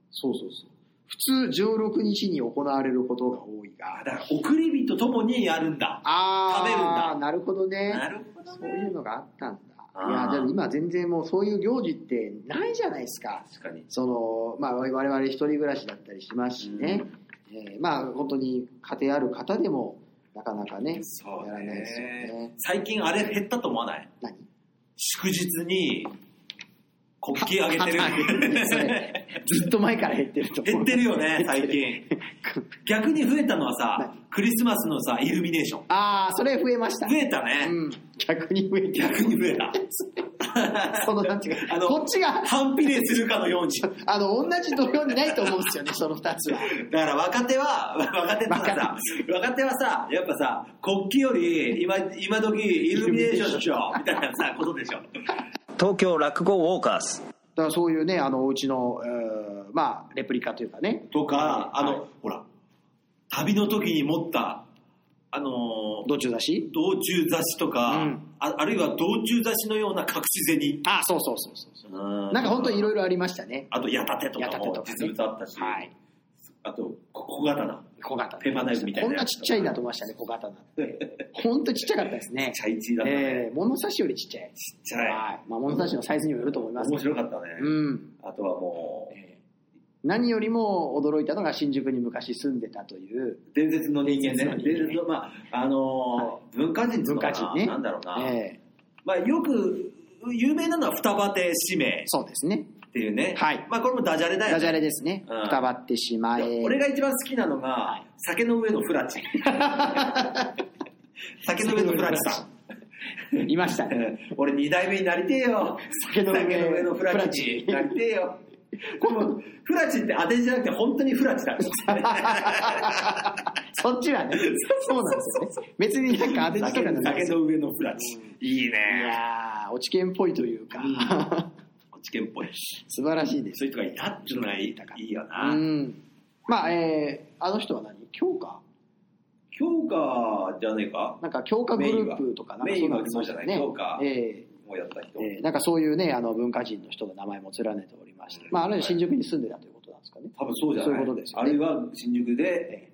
Speaker 3: そうそうそう。普通16日に行われることが多い
Speaker 2: あ
Speaker 3: が、
Speaker 2: だから送り火とともにやるんだ
Speaker 3: あ
Speaker 2: 食
Speaker 3: ー、
Speaker 2: べるんだ
Speaker 3: なるほどね。
Speaker 2: なるほど
Speaker 3: そういうのがあったんだ。
Speaker 2: あー
Speaker 3: いや、でも今全然もうそういう行事ってないじゃないですか。
Speaker 2: 確かに
Speaker 3: その、まあ我々一人暮らしだったりしますしね。えーまあ本当に家庭ある方でもなかなかね、
Speaker 2: そう
Speaker 3: やらないですよ
Speaker 2: ね
Speaker 3: ね
Speaker 2: 最近あれ減ったと思わない
Speaker 3: 何
Speaker 2: 祝日に国旗あげてる
Speaker 3: それ <laughs> ずっと前から <laughs> 減ってると思
Speaker 2: 減
Speaker 3: う。
Speaker 2: ってるよね最近逆に増えたのはさ
Speaker 3: 何
Speaker 2: クリスマスのさイルミネーション
Speaker 3: ああ、それ増えました
Speaker 2: 増。えたね、
Speaker 3: うん。逆に増えてる。
Speaker 2: 逆に増えた
Speaker 3: <laughs> そのなんていう
Speaker 2: あ
Speaker 3: か、
Speaker 2: の
Speaker 3: こっちが、
Speaker 2: 反比例するかのように
Speaker 3: あの、同じ土俵にないと思うんですよ
Speaker 2: <laughs>
Speaker 3: ね、その二つは。
Speaker 2: だから若手は、 <laughs> 若手ってのはさ、若手はさ、やっぱさ、国旗より今、今時イルミネーションしようみたいなさ、ことでしょ。
Speaker 1: 東京落語ウォーカーズ
Speaker 3: だからそういうね、あの、お家の、えーまあ、レプリカというかね、
Speaker 2: とか、あの、
Speaker 3: は
Speaker 2: ほら、旅の時に持った、あのー
Speaker 3: 道中だし
Speaker 2: 道中雑誌とか、
Speaker 3: うん
Speaker 2: あ、あるいは道中雑誌のような隠し銭。
Speaker 3: あそうそうそうそうなんか本当にいろいろありましたね
Speaker 2: あと、矢立てとか
Speaker 3: 矢立
Speaker 2: も
Speaker 3: てとかね
Speaker 2: 実物あったし、
Speaker 3: はい
Speaker 2: あと、こ小刀。
Speaker 3: 小型
Speaker 2: ペーパーナイフみたいな
Speaker 3: こんなちっちゃいなと思いましたね小型なんてほんとちっちゃかったですね
Speaker 2: チャイチーだな。
Speaker 3: ええ物差しよりちっちゃい
Speaker 2: ちっちゃい。
Speaker 3: はいまあ、物差しのサイズにもよると思います
Speaker 2: 面白かったね。
Speaker 3: うん
Speaker 2: あとはもう、
Speaker 3: ええ何よりも驚いたのが新宿に昔住んでたという、
Speaker 2: 伝説の人間ね。伝
Speaker 3: 伝説の人間
Speaker 2: 説の、まあ、あのー、文化人っていうのかな
Speaker 3: 文化人ね
Speaker 2: なんだろうな。
Speaker 3: ええ
Speaker 2: まあ、よく、有名なのは双葉亭氏名
Speaker 3: そうですね
Speaker 2: っていうね。
Speaker 3: はい
Speaker 2: まあ、これもダジャレだよね。
Speaker 3: ダジャレですね
Speaker 2: うん
Speaker 3: 二ばってしまえ
Speaker 2: 俺が一番好きなのが、
Speaker 3: はい
Speaker 2: 酒の上のフラ
Speaker 3: <laughs>
Speaker 2: チ。酒の上のフラチさん。
Speaker 3: いまし
Speaker 2: <laughs>
Speaker 3: たね
Speaker 2: 俺二代目になりてえよ。
Speaker 3: 酒の上
Speaker 2: のフラチになりてえよ。このフラチって当て字じゃなくて本当にフラチだ
Speaker 3: <laughs> そっちはねそうなんですよね別になんか当て字とかじゃないで
Speaker 2: 酒
Speaker 3: すよ
Speaker 2: の上のフラチ。いい
Speaker 3: い
Speaker 2: ね。
Speaker 3: やー落ち券っぽいというか、
Speaker 2: うんこっち県っぽい。
Speaker 3: <laughs> 素晴らしいです
Speaker 2: そういう人がいたっていうのがいいいいよ
Speaker 3: う
Speaker 2: な。
Speaker 3: んまあえーあの人は何強化
Speaker 2: 強化じゃねえか
Speaker 3: なんか強化グループとかなんか
Speaker 2: メインは
Speaker 3: そうなんです
Speaker 2: メインは
Speaker 3: よ
Speaker 2: 強化
Speaker 3: え
Speaker 2: もうやった人
Speaker 3: ー。えーなんかそういうねあの文化人の人の名前も連ねておりまして、まあ、あるいは新宿に住んでたということなんですかね、
Speaker 2: 多分そうじゃない。
Speaker 3: そういうことですよ
Speaker 2: あ
Speaker 3: ね
Speaker 2: るいは新宿で
Speaker 3: えー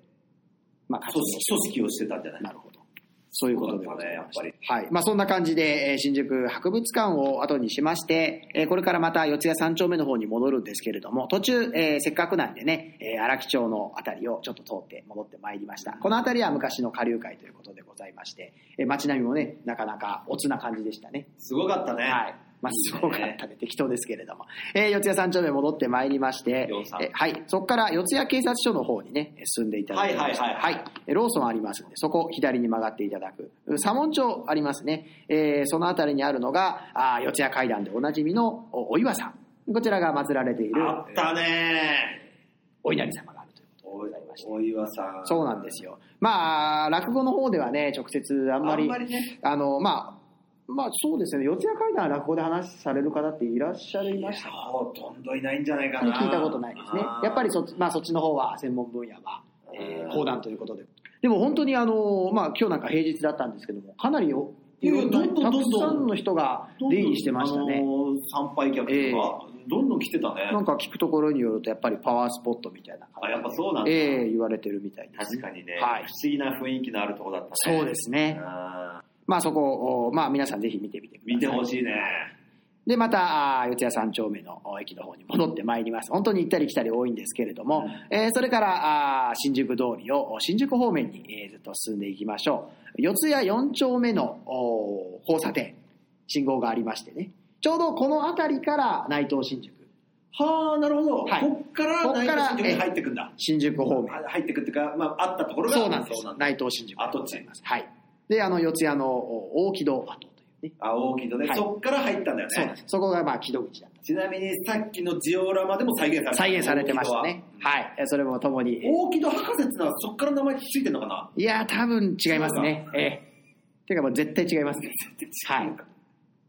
Speaker 3: まあ、
Speaker 2: 組織組織をしてたんじゃない
Speaker 3: なるほど。そういうことでございまし
Speaker 2: そうだったね
Speaker 3: た。はい。まあそんな感じで、えー新宿博物館を後にしまして、えーこれからまた四谷三丁目の方に戻るんですけれども、途中、えーせっかくなんでね、えー荒木町のあたりをちょっと通って戻ってまいりました。このあたりは昔の下流会ということでございまして、えー街並みもね、なかなかおつな感じでしたね。
Speaker 2: すごかったね。
Speaker 3: はい。まあ、すごかったね。適当ですけれども。えー四谷三丁目戻ってまいりまして、
Speaker 2: 43
Speaker 3: えーはい。そこから四谷警察署の方にね、えー進んでいただきまして、
Speaker 2: はいはいはい
Speaker 3: えーローソンありますんで、そこを左に曲がっていただく。うん左門町ありますね。えーそのあたりにあるのが、あー四谷階段でおなじみのおお岩さん。こちらが祀られている
Speaker 2: あったね
Speaker 3: お稲荷様があるということ
Speaker 2: お
Speaker 3: でございまして。
Speaker 2: お岩さん。
Speaker 3: そうなんですよ。まあ、落語の方ではね、直接あ
Speaker 2: あ
Speaker 3: ん
Speaker 2: ん
Speaker 3: ま
Speaker 2: まり。
Speaker 3: り、
Speaker 2: ね。
Speaker 3: あの、まあ、まあそうですね、四谷階段は落語で話される方っていらっしゃい
Speaker 2: いや
Speaker 3: ました
Speaker 2: ほとんどいないんじゃないか
Speaker 3: 本
Speaker 2: な。
Speaker 3: 当に聞いたことないですね
Speaker 2: あ。ー
Speaker 3: やっぱりそっち,、まあ、そっちの方は専門分野は、えー
Speaker 2: うん
Speaker 3: 講談ということで。でも本当にあの、まあ、今日なんか平日だったんですけども、かなりよ
Speaker 2: い
Speaker 3: い
Speaker 2: や
Speaker 3: ろんな
Speaker 2: どんどんど
Speaker 3: た
Speaker 2: んどん
Speaker 3: くさんの人が出入りしてました
Speaker 2: あ
Speaker 3: ね。
Speaker 2: のー参拝客とか、
Speaker 3: ええ
Speaker 2: どんどん来てたね。
Speaker 3: なんか聞くところによると、やっぱりパワースポットみたいな
Speaker 2: あ、やっ
Speaker 3: 感
Speaker 2: ぱそうなん
Speaker 3: じ
Speaker 2: だ。
Speaker 3: で、ええ言われてるみたいです、
Speaker 2: 確かにね、
Speaker 3: はい
Speaker 2: 不思議な雰囲気のあるところだったね。
Speaker 3: そうですね。
Speaker 2: あー
Speaker 3: まあそこを、まあ皆さんぜひ見てみてください。
Speaker 2: 見てほしいね。
Speaker 3: で、また、あー四谷三丁目のお駅の方に戻ってまいります。本当に行ったり来たり多いんですけれども、えーそれから、あー新宿通りをお新宿方面に、えーずっと進んでいきましょう。四谷四丁目のお交差点、信号がありましてね、ちょうどこの辺りから内藤新宿、
Speaker 2: はあ、なるほど。
Speaker 3: はい
Speaker 2: こっから
Speaker 3: こっから
Speaker 2: 内藤に入ってくんだ。
Speaker 3: 新宿方面。
Speaker 2: あ入ってくっていうか、まあ、あったところが
Speaker 3: そうなんです。内藤新宿でございます。はい。で、あの、四谷のお大木戸跡というね、
Speaker 2: あ、大きいとね、
Speaker 3: はい
Speaker 2: そっから入ったんだよね。
Speaker 3: そうなんです。そこが、まあ、木戸口だっ
Speaker 2: ちなみにさっきのジオラマでも再現され
Speaker 3: た。
Speaker 2: て
Speaker 3: 再現されてましたね。はい。えーそれも共に、えー
Speaker 2: 大木戸博士ってのはそっから名前ついてんのかない
Speaker 3: やー、多分違いますね。ええ。ていうかもう絶対違います。はい。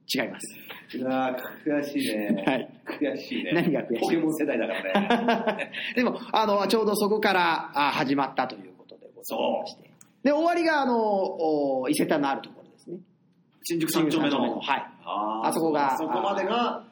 Speaker 3: 違います。 <laughs>
Speaker 2: うわー悔しいね。
Speaker 3: はい
Speaker 2: 悔しいね。
Speaker 3: 何が悔しい
Speaker 2: ポケモン世代だからね。
Speaker 3: でも、あの、ちょうどそこからあ始まったということでございまして。で、終わりが、あの、お伊勢丹のあるところですね。
Speaker 2: <laughs> 新宿三丁目の。
Speaker 3: はい。
Speaker 2: あー
Speaker 3: あそこが
Speaker 2: そこまでが、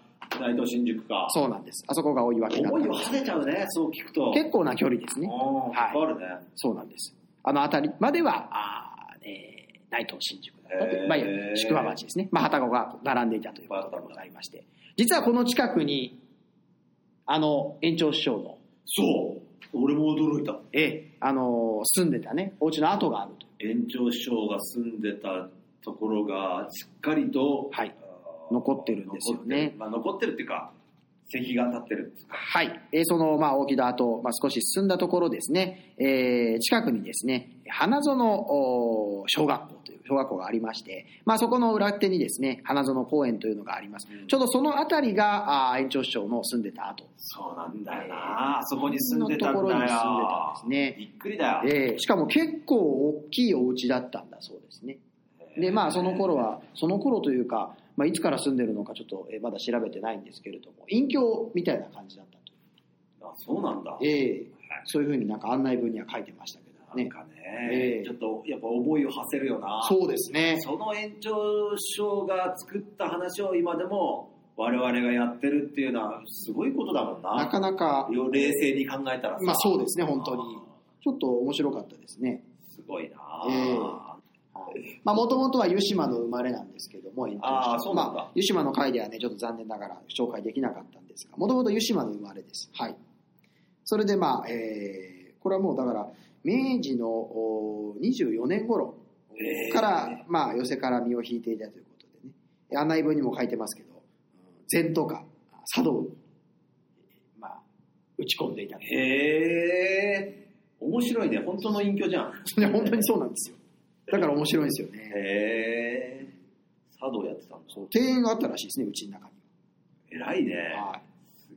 Speaker 2: 内藤新宿か。
Speaker 3: そうなんです。あそこが追い分けだった
Speaker 2: 思いをはせちゃうね、そう聞くと。
Speaker 3: 結構な距離ですね。
Speaker 2: 構
Speaker 3: はい
Speaker 2: あるね。
Speaker 3: そうなんです。あの辺りまでは、あーえー内藤新宿だったとい
Speaker 2: へ
Speaker 3: う、
Speaker 2: ー
Speaker 3: まあ、いわゆる宿場町ですね。まあ、旗子が並んでいたということでございまして。実はこの近くに、あの、園長師匠の、
Speaker 2: そう。俺も驚いた。
Speaker 3: ええ、あの、住んでたね、お家の跡があると。
Speaker 2: 園長師匠が住んでたところが、しっかりと、
Speaker 3: はい
Speaker 2: あー
Speaker 3: 残ってるんですよ
Speaker 2: 残って
Speaker 3: ね
Speaker 2: るまあ、残ってるっていうか、石が立ってる。
Speaker 3: はい。えーその、まあ、大木戸跡、まあ、少し進んだところですね、えー近くにですね、花園おー小学校という小学校がありまして、まあ、そこの裏手にですね、花園公園というのがあります。
Speaker 2: うん
Speaker 3: ちょうどそのあたりが、あー園長師匠の住んでた跡。
Speaker 2: そうなんだよ
Speaker 3: え
Speaker 2: な、あそこに住んでたんだ
Speaker 3: のとこ
Speaker 2: よ。
Speaker 3: ろに住んでたんですね
Speaker 2: びっくりだよ。
Speaker 3: えーしかも結構大きいお家だったんだそうですね。で、まあ、その頃は、その頃というか、まあ、いつから住んでるのかちょっと、えーまだ調べてないんですけれども、隠居みたいな感じだったという。
Speaker 2: あそうなんだ。
Speaker 3: ええそういうふうになんか案内文には書いてましたけど
Speaker 2: なん
Speaker 3: ね。
Speaker 2: かね、
Speaker 3: ええ
Speaker 2: ちょっとやっぱ思いを馳せるよな。
Speaker 3: そうですね。
Speaker 2: その延長賞が作った話を今でも我々がやってるっていうのはすごいことだもん
Speaker 3: な
Speaker 2: な。
Speaker 3: かなか、
Speaker 2: よ冷静に考えたらさ。
Speaker 3: まあそうですね本当にちょっと面白かったですね。
Speaker 2: すごいな
Speaker 3: ええ
Speaker 2: あ
Speaker 3: はいまあ、もともとは湯島の生まれなんですけども、
Speaker 2: あーそうなんだ
Speaker 3: まあ、湯島の会ではね、ちょっと残念ながら紹介できなかったんですが、もともと湯島の生まれです。はい。それでまあ、えーこれはもうだから、明治のおー24年頃
Speaker 2: えー
Speaker 3: から、まあ、寄せから身を引いていたということでね、え案内文にも書いてますけど、禅とか茶道に、まあ、打ち込んでいたと。
Speaker 2: へえ面白いね本当の隠居じゃん
Speaker 3: いや本当にそうなんですよ。だから面白いんですよね。
Speaker 2: へえ茶道やってたんだ
Speaker 3: そう庭園があったらしいですね、うちの中に
Speaker 2: 偉いね
Speaker 3: は。はい。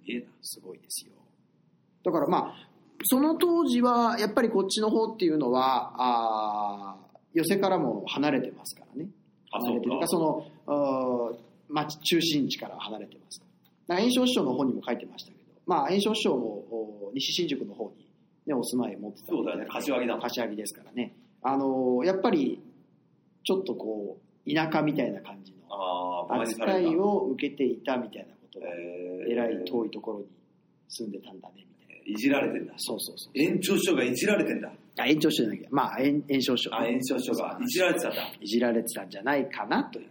Speaker 2: すげえな
Speaker 3: すごいですよ。だからまあ、その当時は、やっぱりこっちの方っていうのは、あー寄せからも離れてますからね。
Speaker 2: あ
Speaker 3: 離れてる
Speaker 2: そうか
Speaker 3: その、あー町中心地から離れてますから。だから、炎症師匠の方にも書いてましたけど、まあ、炎症師匠もお西新宿の方に、ね、お住まい持ってたみたい
Speaker 2: そうだ
Speaker 3: な
Speaker 2: よね柏木だもん
Speaker 3: 柏木ですからね。あのーやっぱり、ちょっとこう、田舎みたいな感じの
Speaker 2: ああ
Speaker 3: 扱いを受けていたみたいなことがえらい
Speaker 2: と
Speaker 3: 遠いところに住んでたんだねみたい
Speaker 2: い
Speaker 3: な。
Speaker 2: じられてんだ
Speaker 3: そうそうそう。
Speaker 2: 延長書がいじられてんだ
Speaker 3: あ延長書じゃなきゃ、まあ延延長書。
Speaker 2: あ延長書がいじられてたんだ
Speaker 3: いじられてたんじゃないかなという。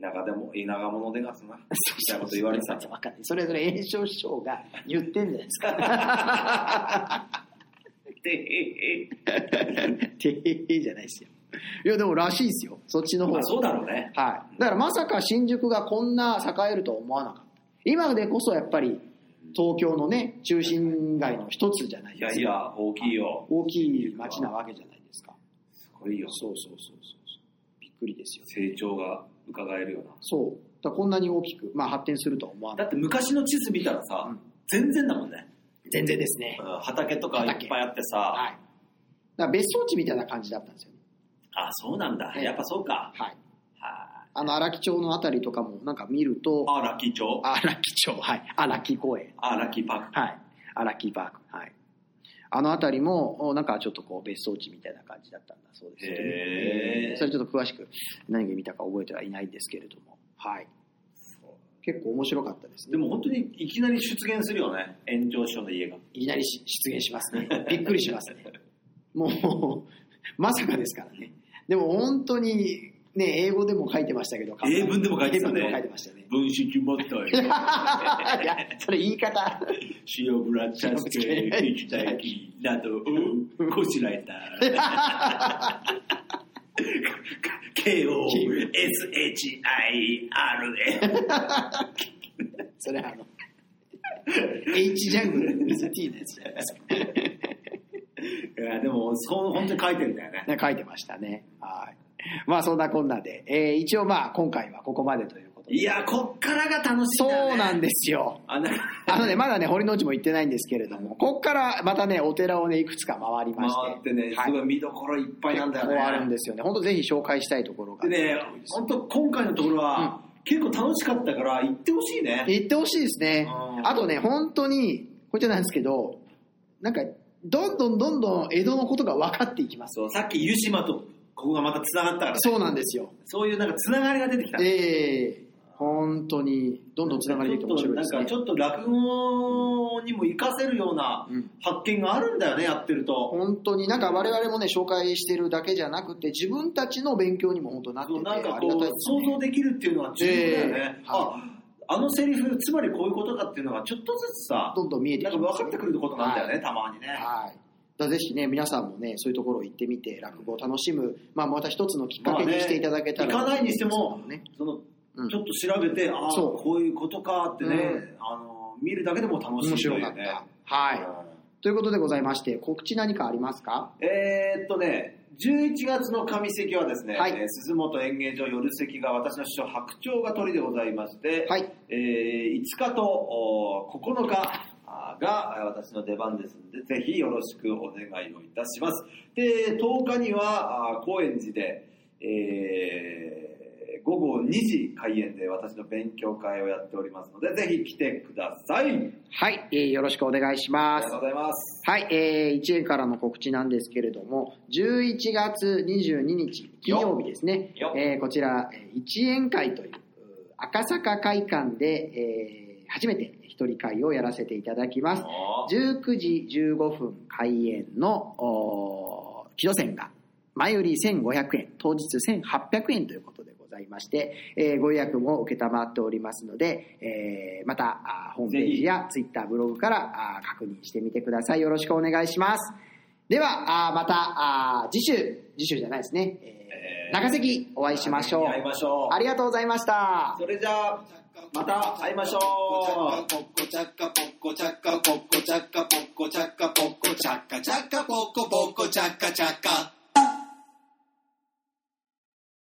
Speaker 2: 田舎でも田舎者でがすなみたいなこと言われてたんだ
Speaker 3: わかんない。それぞれ延長書が言ってんじゃないですか。
Speaker 2: でええ
Speaker 3: <laughs> てへへじゃないですよ。いやでもらしいですよ。そっちの方
Speaker 2: ま
Speaker 3: が
Speaker 2: あそうだろうね
Speaker 3: はい。だからまさか新宿がこんな栄えるとは思わなかった。今でこそやっぱり東京のね中心街の一つじゃない
Speaker 2: い
Speaker 3: で
Speaker 2: や
Speaker 3: す
Speaker 2: い
Speaker 3: か。
Speaker 2: や大きいよ
Speaker 3: 大きい街なわけじゃないですか。
Speaker 2: すごいよ
Speaker 3: そうそうそうそうそう。びっくりですよね。
Speaker 2: 成長が伺えるよう
Speaker 3: そう。だからこんなに大きく、まあ、発展するとは思わ
Speaker 2: なだ
Speaker 3: ない。
Speaker 2: って昔の地図見たらさ、
Speaker 3: うん
Speaker 2: 全然だもんね
Speaker 3: 全然ですね。
Speaker 2: うん畑とかいっぱいあってさ、
Speaker 3: はい。だから別荘地みたいな感じだったんですよね。
Speaker 2: あそうなんだ
Speaker 3: ええ
Speaker 2: やっぱそうか
Speaker 3: はい。
Speaker 2: は
Speaker 3: あの、荒木町のあたりとかもなんか見ると、
Speaker 2: あラッキー町
Speaker 3: 荒木町、はい。荒木公園、
Speaker 2: あラッキーパーク
Speaker 3: はい。荒木パーク、はい。あのあたりも、おなんかちょっとこう別荘地みたいな感じだったんだそうですよね。
Speaker 2: へー
Speaker 3: えーそれちょっと詳しく何が見たか覚えてはいないんですけれども、はい。結構面白かったですね。
Speaker 2: でも本当にいきなり出現するよね炎上師匠の家が
Speaker 3: いきなりし出現します
Speaker 2: <laughs>
Speaker 3: ね。びっくりしますね。もう、まさかですからね。でも本当に、ね、英語でも書いてましたけど、
Speaker 2: 英文でも書いてたね
Speaker 3: 英文でも書いてましたね。 <laughs>
Speaker 2: 分子決まったよ
Speaker 3: いや、それ言い方。
Speaker 2: 塩ぶらちゃして液体気などをこしらえた
Speaker 3: <laughs>
Speaker 2: KOSHIRA
Speaker 3: それあの、H ジャングル、水 T のやつじゃないですか。
Speaker 2: いやでもそう本当に書いてるんだよね
Speaker 3: <laughs> ね書いてましたね。はい。まあそんなこんなで、えー一応まあ今回はここまでということで。
Speaker 2: いやこっからが楽しい
Speaker 3: そ
Speaker 2: んだよね
Speaker 3: うなんですよ。
Speaker 2: あなんか
Speaker 3: あのね、まだね、堀之内も行ってないんですけれども、ここからまたね、お寺をね、いくつか回りま
Speaker 2: 回
Speaker 3: して。
Speaker 2: ってね
Speaker 3: はい
Speaker 2: すごい見どころいっぱいなんだよね
Speaker 3: 結構あるんですよね。本当ぜひ紹介したいところが。
Speaker 2: でね、本当今回のところは、結構楽しかったから行ってほしいね。
Speaker 3: 行ってほしいですね
Speaker 2: う。ん
Speaker 3: あとね、本当に、こっちなんですけど、なんか、どんどんどんどん江戸のことが分かっていきます。
Speaker 2: そう、さっき湯島とここがまた繋がったから、
Speaker 3: そうなんですよ。
Speaker 2: そういうなんか繋がりが出てきた。
Speaker 3: ええ本当に、どんどんつながりできて面白いです
Speaker 2: なん
Speaker 3: ね
Speaker 2: かち。ょっと落語にも活かせるような
Speaker 3: うん
Speaker 2: 発見があるんだよね、やってると。
Speaker 3: 本当になんか我々もね、紹介してるだけじゃなくて、自分たちの勉強にも本当なって
Speaker 2: そう
Speaker 3: て、
Speaker 2: なんかこ
Speaker 3: ありが
Speaker 2: う、
Speaker 3: たいです
Speaker 2: 想像
Speaker 3: ね。
Speaker 2: できるっていうのは重要だよね
Speaker 3: え。えは
Speaker 2: あ、あのセリフ、つまりこういうことだっていうのがちょっとずつさ、
Speaker 3: どんどん見えて
Speaker 2: なん
Speaker 3: き
Speaker 2: か
Speaker 3: ます
Speaker 2: 分かってくることなんだよね、たまにね。
Speaker 3: はい。だからぜひね、皆さんもね、そういうところ行ってみて、落語を楽しむ、まあ、また一つのきっかけにしていただけたら、
Speaker 2: まあね行かないにしても
Speaker 3: ね、
Speaker 2: その
Speaker 3: うん
Speaker 2: ちょっと調べて、ああ、
Speaker 3: そう
Speaker 2: こういうことかってね、
Speaker 3: う
Speaker 2: あの見るだけでも楽しい
Speaker 3: 面
Speaker 2: とい
Speaker 3: 白
Speaker 2: う
Speaker 3: かっ
Speaker 2: ね。
Speaker 3: た。はい。
Speaker 2: い。
Speaker 3: ということでございまして、告知何かありますか
Speaker 2: えーっとね、11月の上関はですね、
Speaker 3: はい
Speaker 2: えー鈴本演芸場夜席が私の師匠白鳥が鳥でございまして、
Speaker 3: はい。
Speaker 2: えー5日とおー9日あーがあー私の出番ですので、ぜひよろしくお願いをいたします。で、10日にはあー高円寺で、えー午後2時開演で私の勉強会をやっておりますので、ぜひ来てください。
Speaker 3: はい、えーよろしくお願いし
Speaker 2: あ
Speaker 3: ま
Speaker 2: りが
Speaker 3: す
Speaker 2: とう。ございます。
Speaker 3: はい、えー、1円からの告知なんですけれども、11月22日、金曜日ですね、
Speaker 2: よ
Speaker 3: えーこちら、1円会といううー赤坂会館で、えー初めて一人会をやらせていただきます。 <laughs>
Speaker 2: あ
Speaker 3: 19時15分開演の、おー木戸線が、前売り1500円、当日1800円ということでございまして、えーご予約も承っておりますので、えーまた、あーホームページやツイッターブログからあー確認してみてください。よろしくお願いします。では、あーまた、あー次週、次週じゃないですね、えー
Speaker 2: えー
Speaker 3: 中関お会いしましょう。
Speaker 2: 会いましょう
Speaker 3: ありがとうございました。
Speaker 2: それじゃあまた会いましょう
Speaker 4: Poco chacca, poco chacca, poco chacca, poco chacca, poco chacca, chacca, poco, poco chacca, chacca.